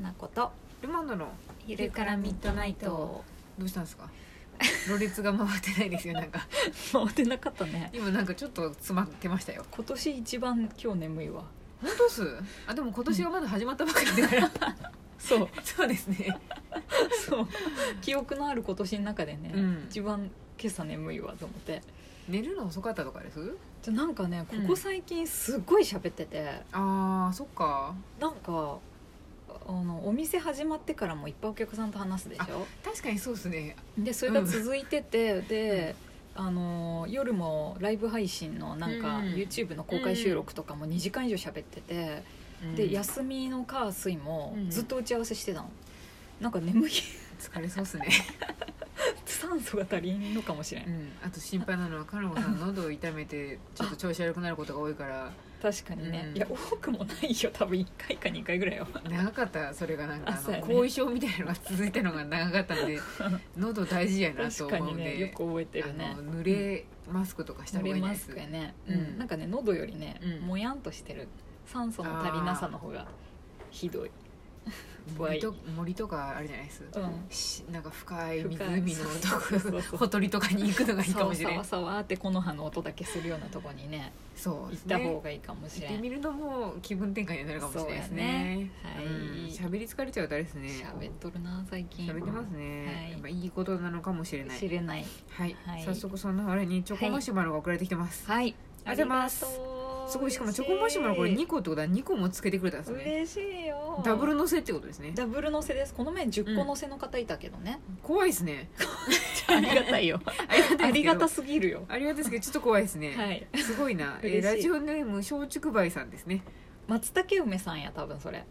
なことルマンドの昼からミッドナイトどうしたんですかろれつが回ってないですよなん か回ってなかったね今なんかちょっと詰まってましたよ今年一番今日眠い わ本当っすあでも今年がまだ始まったばかりだ から、そうそうですねそう記憶のある今年の中でね、うん一番今朝眠いわと思って寝るの遅かったとかですじゃなんかねこうんこ最近すごい喋ってて、あーそっかなんかあのお店始まってからもいっぱいお客さんと話すでしょ確かにそうっすねでそれが続いてて、で、あの夜もライブ配信のなんか、うん YouTube の公開収録とかも2時間以上喋ってて、でや休みの火水もうんずっと打ち合わせしてたの、なんか眠い疲れそうっすね、酸素が足りんのかもしれん、うん、あと心配なのはカナゴさん喉を痛めてちょっと調子悪くなることが多いから確かにね、うんいや多くもないよ多分1回か2回ぐらい は長かったそれがなんかああそうの、やね後遺症みたいなのが続いたのが長かった んで喉大事やなと 確か思うにんで、ねよく覚えてるねあの濡れマスクとかした方濡がれいいでますすかね、ううんんなんかね喉よりね、うんもやんとしてる酸素の足りなさの方がひどい、森と森とかあるじゃないです、うん、しなんか深い深い湖のとそうそうそこうほとりとかに行くのがいいさかわもしされなわいさわってこの葉の音だけするようなとこにねそう行でっすた方ねがいいかもし行れってんみるのも気分転換になるかもしれないですねそうやねはいうん喋り疲れちゃうとあれですね喋っとるな最近喋ってますね、はいやっぱいいことなのかもしれない知れないはい、はい早速そんなあれにチョコマシュマロが送られてきてます、はいありがとうございますすごいしかもチョコマシュマロこれ2二個ってことは2個もつけてくれたんですね嬉しいよダブルのせってことですねダブル乗せですこの前10個乗せの方いたけどね、怖いですねありがたいよあ りがたいですけど ありがたすぎるよありがたいですけどちょっと怖いですね、はいすご いな、え嬉ーしいラジオネーム松竹梅さんですね松茸梅さんや多分それ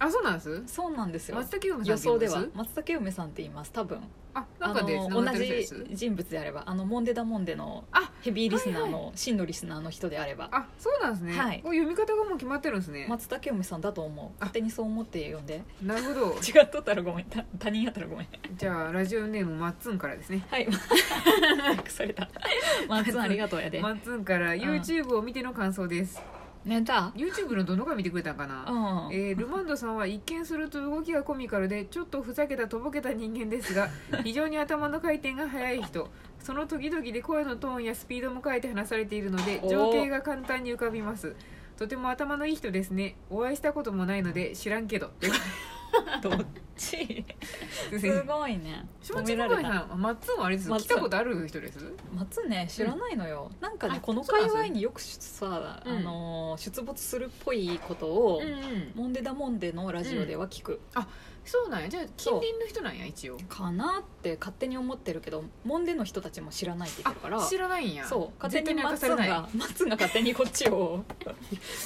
あそうなんですそうなんですよ松茸梅さ予んって言想うんですは松茸梅さんって言います多分あなんかであ繋の同がってる人でじす人物であればあのモンデダモンデのあヘビーリスナーの、はい真のリスナーの人であればあそうなんですね、はいこれ読み方がもう決まってるんですね、松茸梅さんだと思う勝手にそう思って呼んでなるほど違っとったらごめんた他人やったらごめんじゃあラジオネームまっつんからですねはい腐れた マッツンありがとうやでまっつんから YouTube を見ての感想です、寝た YouTube のどのが見てくれたんかうな、んえールマンドさんは一見すると動きがコミカルでちょっとふざけたとぼけた人間で すが非常に頭の回転が速い人その時々で声のトーンやスピードも変えて話されているのでおー情景が簡単に浮かびますとても頭のいい人ですねお会いしたこともないので知らんけどどっち すいすまごいねせん褒松められ竹梅たさんマッツンはあれですマッ来ツンたことある人です松ね知らないのよ、なんかねあこのそう界なんすね隈によくさ、うんあのー出没するっぽいことを、んモンデダモンデのラジオでは聞く、そうなんやじゃあ近そう隣の人なんや一応かなって勝手に思ってるけどモンデの人たちも知らないって言ってるからあ知らないんやそう勝絶手対にに明マかッツされンないがマッツンが勝手にこっち を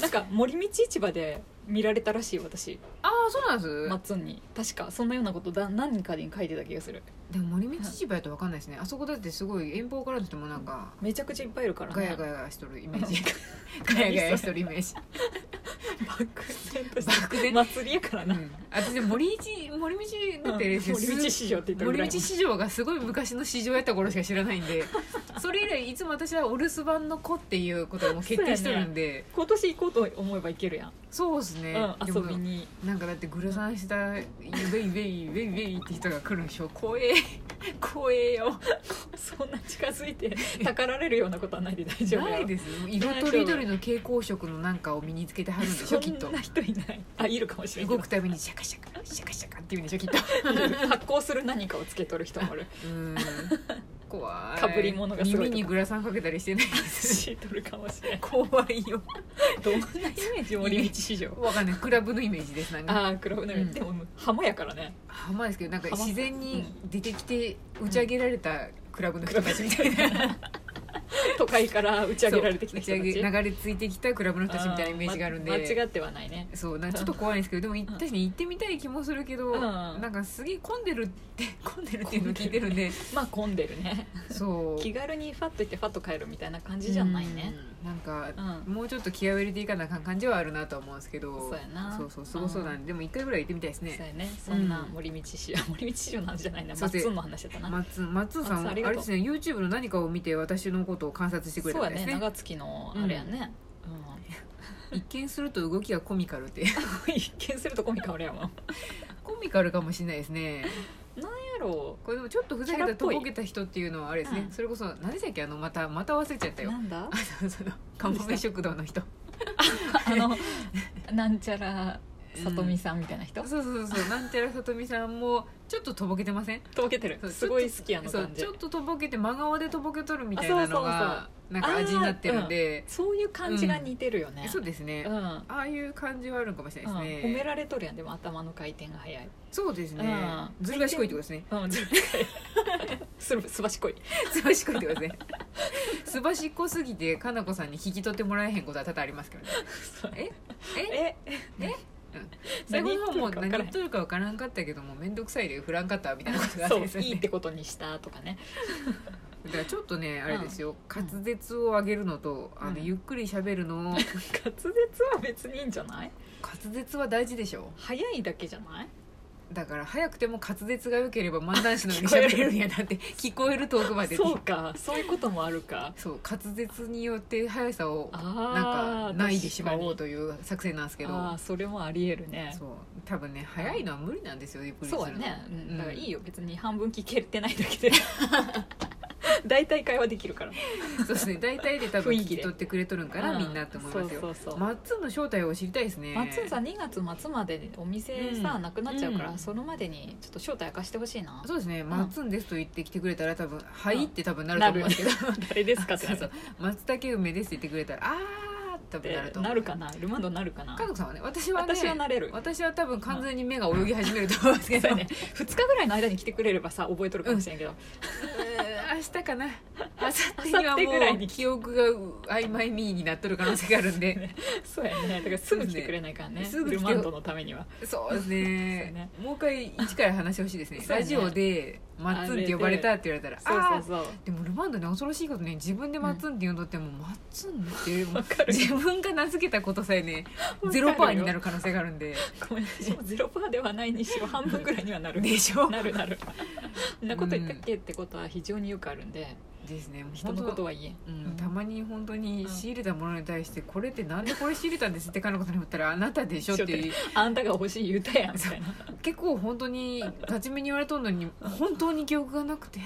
なんか森道市場で見られたらしい私ああそうなんです、マッツンに確かそんなようなことだ何かに書いてた気がするでも森道市場やと分かんないですねあそこだってすごい遠方からの人もなんかめちゃくちゃいっぱいいるからねガヤガヤしとるイメージ ガヤガヤしとるイメージ、漠然とした漠然祭りやからうな、ん、私でも森道森道だってあれですよ 森道市場って言ったぐ森らい道市場がすごい昔の市場やった頃しか知らない んでそれ以来いつも私はお留守番の子っていうことがもう決定してるんで今年行こうと思えば行けるやん、そうですね、うん、で遊もびになんかだってグラサンした「イベイベイベイベイ」って人が来るんでしょ 怖え怖えよそんな近づいてたかられるようなことはないで大丈夫なやろいですよ色とりどりの蛍光色のなんかを身につけてはるんでしょきっそとんな人いないあいるかもしれない 動くたびにシャカシャカシャカシャカって言うんでしょきっと発光する何かをつけとる人 もおるうーん怖い被り物がすごいとか耳にグラサンかけたりしてないですしとるかもしれん怖いよどんなイメージ森道市場わかんないクラブのイメージですなんかああクラブのイメージ、うでも浜やからね浜ですけどなんか浜自然に出てきて打ち上げられたクラブの人たちみたいな 都会から打ち上げられてきた人たそう打ちち上げ流れ着いてきたクラブの人たちみたいなイメージがあるんでま間違ってはないねそうなんかちょっと怖いんですけどでもい確かに行ってみたい気もするけど、うんなんかすげえ混んでるって混んでるっていうのを聞いて るんでまあ混んでるねそう気軽にファッと行ってファッと帰るみたいな感じじゃないねうんなんか、うもうちょっと気合を入れていかなあかん感じはあるなとは思うんですけどそうやなそうそうすごそうなんで、でも一回ぐらい行ってみたいですそうねやねそんな森道市場森道市場の話じゃないなそマうでッツンの話だったな松松さん松あありれがとうですね YouTube の何かを見て私のことを観察してくれたそみうたやいですねね長月のあれやね、うん 一見すると動きがコミカルって 一見するとコミカルやもんカルかもしれないですねやろこれでもちょっとふざキけャラたっとぽいぼけた人っていうのはあれですね、うんそれこそ何でしたっけあのまたまた忘れちゃったうよなんだあのそのカモメ食堂の人あの なんちゃらさとみさんみたいな人、そうそうそうなんちゃらさとみさんもちょっととぼけてませんとぼけてるそうすごい好きやのそう感じちょっととぼけて真顔でとぼけとるみたいなのがなんか味になってるんで、そういう感じが似てるよね、そうですね、うんああいう感じはあるのかもしれないですうね、ん褒められとるやんでも頭の回転が速い、そうですね、うんずる賢いってことで すねうん、すばすばしこいすばしこいってことですねすばしっこすぎてかなこさんに引き取ってもらえへんことは多々ありますけどねえええ最後の方も何言何言っっととるか分からんかったけども面倒くさいで振らんかったみたいなことがあるそんうですよねいいってことにしたとかねだからちょっとねあれですよ、滑舌を上げるのとあの、うんゆっくりしゃべるのを滑舌は別にいいんじゃない滑舌は大事でしょ早いだけじゃないだから早くても滑舌が良ければ漫談師のようにしゃべれるんやなって聞こえる遠くまでそうかそういうこともあるかそう滑舌によって速さをなあんかーないでしま確かおにうという作戦なんですけどあーそれもありえるねそう多分ね早いのは無理なんですよゆっくりするそうのやね、うんうんだからいいよ別に半分聞けてないだけで 大体会話できるからそうですね大体で多分雰聞囲気きで取ってくれとるんかうなんみんなと思いますよそうそうそうマッツンの正体を知りたいですね松尾さん2月末まででお店さ、うんなくなっちゃうから、うんそのまでにちょっと正体明かしてほしいなそうですね「マッツンです」と言って来てくれたら多分「はい」って多分なると思うんですけど 誰ですかってそなうるそう「松茸梅です」って言ってくれたら「あー」多分なると思なうるかなルマンドなるかな家族さんはね私はね私はなれ る私は多分完全に目が泳ぎ始めると思うんですけそうどやね2日ぐらいの間に来てくれればさ覚えとるかもしれんけど、明日かな明後日には明後日ぐらいもうに記憶が曖昧ミーになっとる可能性があるん で そうやねだからすぐ来てくれないからねそうですねすぐ来てルマンドのためにはそうですそうねねもう一回一から話してほしいですねそうねラジオで「マッツン」って呼ばれたって言われたら「そうああーそうそうでもルマンドね恐ろしいことね自分で「マッツン」って呼んどっても「マッツン」ってわかる自分が名付けたことさえ ねかるゼよロパーになる可能性があるんでごめん 私もゼロパーではないにしろ半分ぐらいにはなるでしょ なるなるそんなこと言ったっけってことは非常によくあるんでですねもう人本のこと当は言えんうん、たまに本当にうん仕入れたものに対して「これってなんでこれ仕入れたんです?」ってかのことに言ったら「あなたでしょ」っていうあんたが欲しい言うたやんみたいな結構本当にガチめに言われとんのに本当に記憶がなくて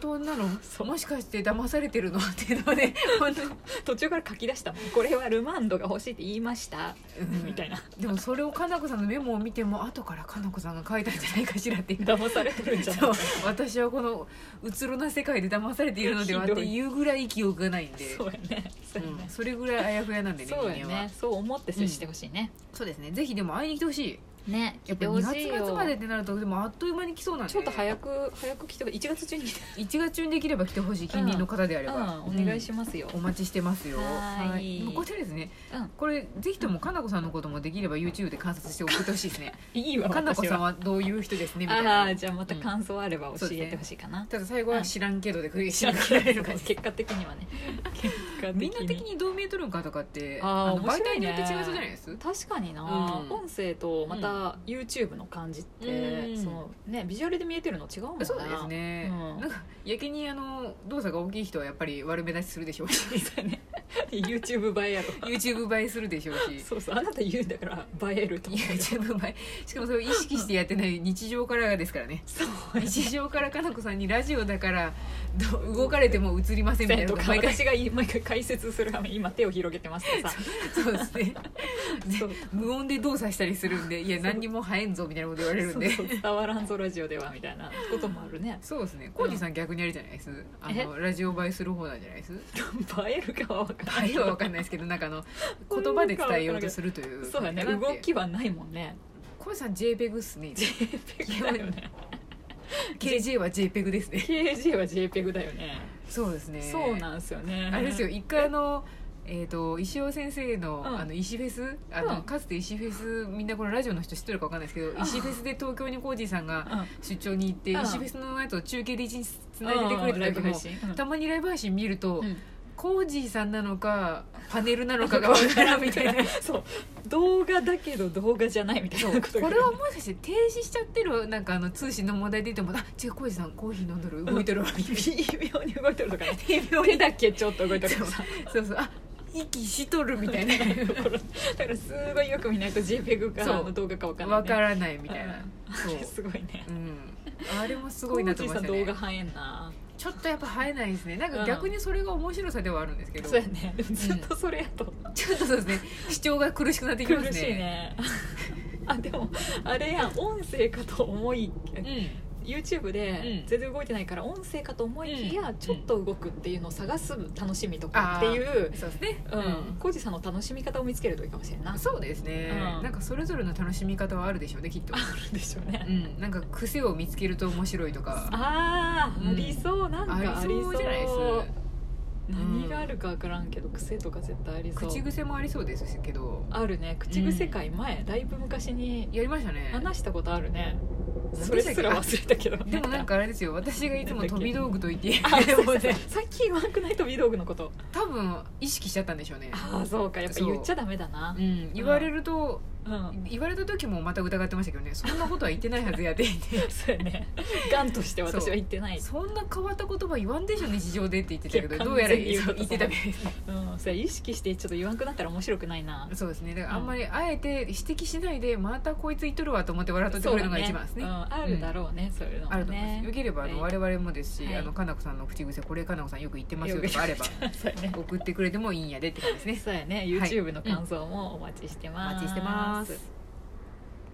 本当なのそうもしかして騙されてるのっていうので本当に途中から書き出したもんこれはルマンドが欲しいって言いました、うんみたいなでもそれをかなこさんのメモを見ても後からかなこさんが書いたんじゃないかしら っていう騙されてるんじゃないそう私はこのうつろな世界で騙されているのではっひどていいうぐらい記憶がないんでそうやねそうやうんね、それぐらいあやふやなんでねそうや人間はねそう思って接してほしいね、そうですねぜひでも会いに来てほしいね来やっぱてほ2しい月よ末までってなるとでもあっという間に来そうなんでちょっと早く早く来て1月中に来て、 1月中にできれば来てほしい近隣の方であれうば、ん、お願いしまますよ、お待ちしてますよはーいでもこちらですねうんこれぜひともかなこさんのこともできれば YouTube で観察して送ってほしいですねいいわかな こ私さんははどういう人ですねみたいあなあじゃあまた感想あれば教えてほしいかな、ただ最後は知らんけどでクリアしそうなきゃいけないのか 結果的にはね結果的みんな的にどう見えとるんかとかってあーあの面媒白体いにねよって違うじゃないです確かにな、うん音声とまた YouTube の感じって、うんそのねビジュアルで見えてるの違うもんなそうですね、うんなんかやけにあの動作が大きい人はやっぱり悪目立ちするでしょうし そうね YouTube 映えやろ YouTube 映えするでしょう しそうそうあなた言うんだから映えると思う YouTube 映えしかもそれを意識してやってない日常からですからねそう日常からかなこさんにラジオだからど動かれても映りませんみたいなとことか毎回私が言い毎回解説するために今手を広げてますとかさそうです ねでそう無音で動作したりするんでいや何にも生えんぞみたいなこと言われるんでそうそう伝わらんぞラジオではみたいなこともあるねそうですねコージさん逆にあれじゃないですあのラジオ映えする方なんじゃないです映えるかは分からあないれは分かんないですけどなんかあの言葉で伝えようとするというそうだね動きはないもんねコージさん JPEG っすね JPEG だよね KJ は JPEG ですね KG は JPEG だよねそうですねそうなんですよ ねあれですよ一回あのえー、と石尾先生の,、うんあの石フェスあの、うんかつて石フェスみんなこれラジオの人知ってるか分かんないですけど石フェスで東京にコージーさんがうん出張に行って、うん石フェスのやつを中継で一日つないでてくれてた時も、たまにライブ配信見ると、コージーさんなのかパネルなのかが分からんみたいな そう動画だけど動画じゃないみたいそうなこと これはもしかして停止しちゃってるなんかあの通信の問題で言ってもあ違うコージーさんコーヒー飲んど る動いてるわ、 微妙に動いてるとかね手だけちょっと動いてるとかさそうそうあ息しとるみたいな だからすごいよく見ないと JPEG かそうあの動画 かわかんない、わね、からないみたいなそううんすごいねうんあれもすごいなと思いましたコージーさん動画ね映えんなちょっとやっぱ生えないですねなんか逆にそれが面白さではあるんですけど、そうやねでもずっとそれやと、ちょっとそうですね主張が苦しくなってきますね苦しいね あでもあれやん音声かと思い、YouTube でうん全然動いてないから音声かと思いきや、うんちょっと動くっていうのを探す楽しみとかっていううん、そうですねうんコージーさんの楽しみ方を見つけるといいかもしれんないあそうですね、うんなんかそれぞれの楽しみ方はあるでしょうねきっと、あるでしょうね、うん、なんか癖を見つけると面白いとかあーうんありそうなんかありそうありそうじゃないですうん何があるか分からんけど癖とか絶対ありそう口癖もありそうですけどあるね口癖会前、だいぶ昔にやりましたね話したことあるね何でそしたっけれすら忘れたけどでもなんかあれですよ私がいつも飛び道具と言ってあでもも ねさっき言わなくないと美道具のこと 多分意識しちゃったんでしょうねああそうかやっぱ言っちゃダメだなうん、言われると、うん 言われた時もまた疑ってましたけどねそんなことは言ってないは ずやでってそうやねガンとして私は言ってないそんな変わった言葉言わんでしょ日常でって言ってたけいどやどうやら完全に言言うってたみたいですねうんそれ意識してちょっと言わなくなったら面白くないなそうですねだからあんまりあえて指摘しないでまたこいつ言っとるわと思って笑っとってくれるのが一番ですねそうだうんあるだろうね、そういうのもねあると思いますよければあのはい我々もですし、はいあのかなこさんの口癖これかなこさんよく言ってますよとかあればそうやね送ってくれてもいいんやでって感じですねそうやね YouTube の感想もお待ちしておます、待ちしてます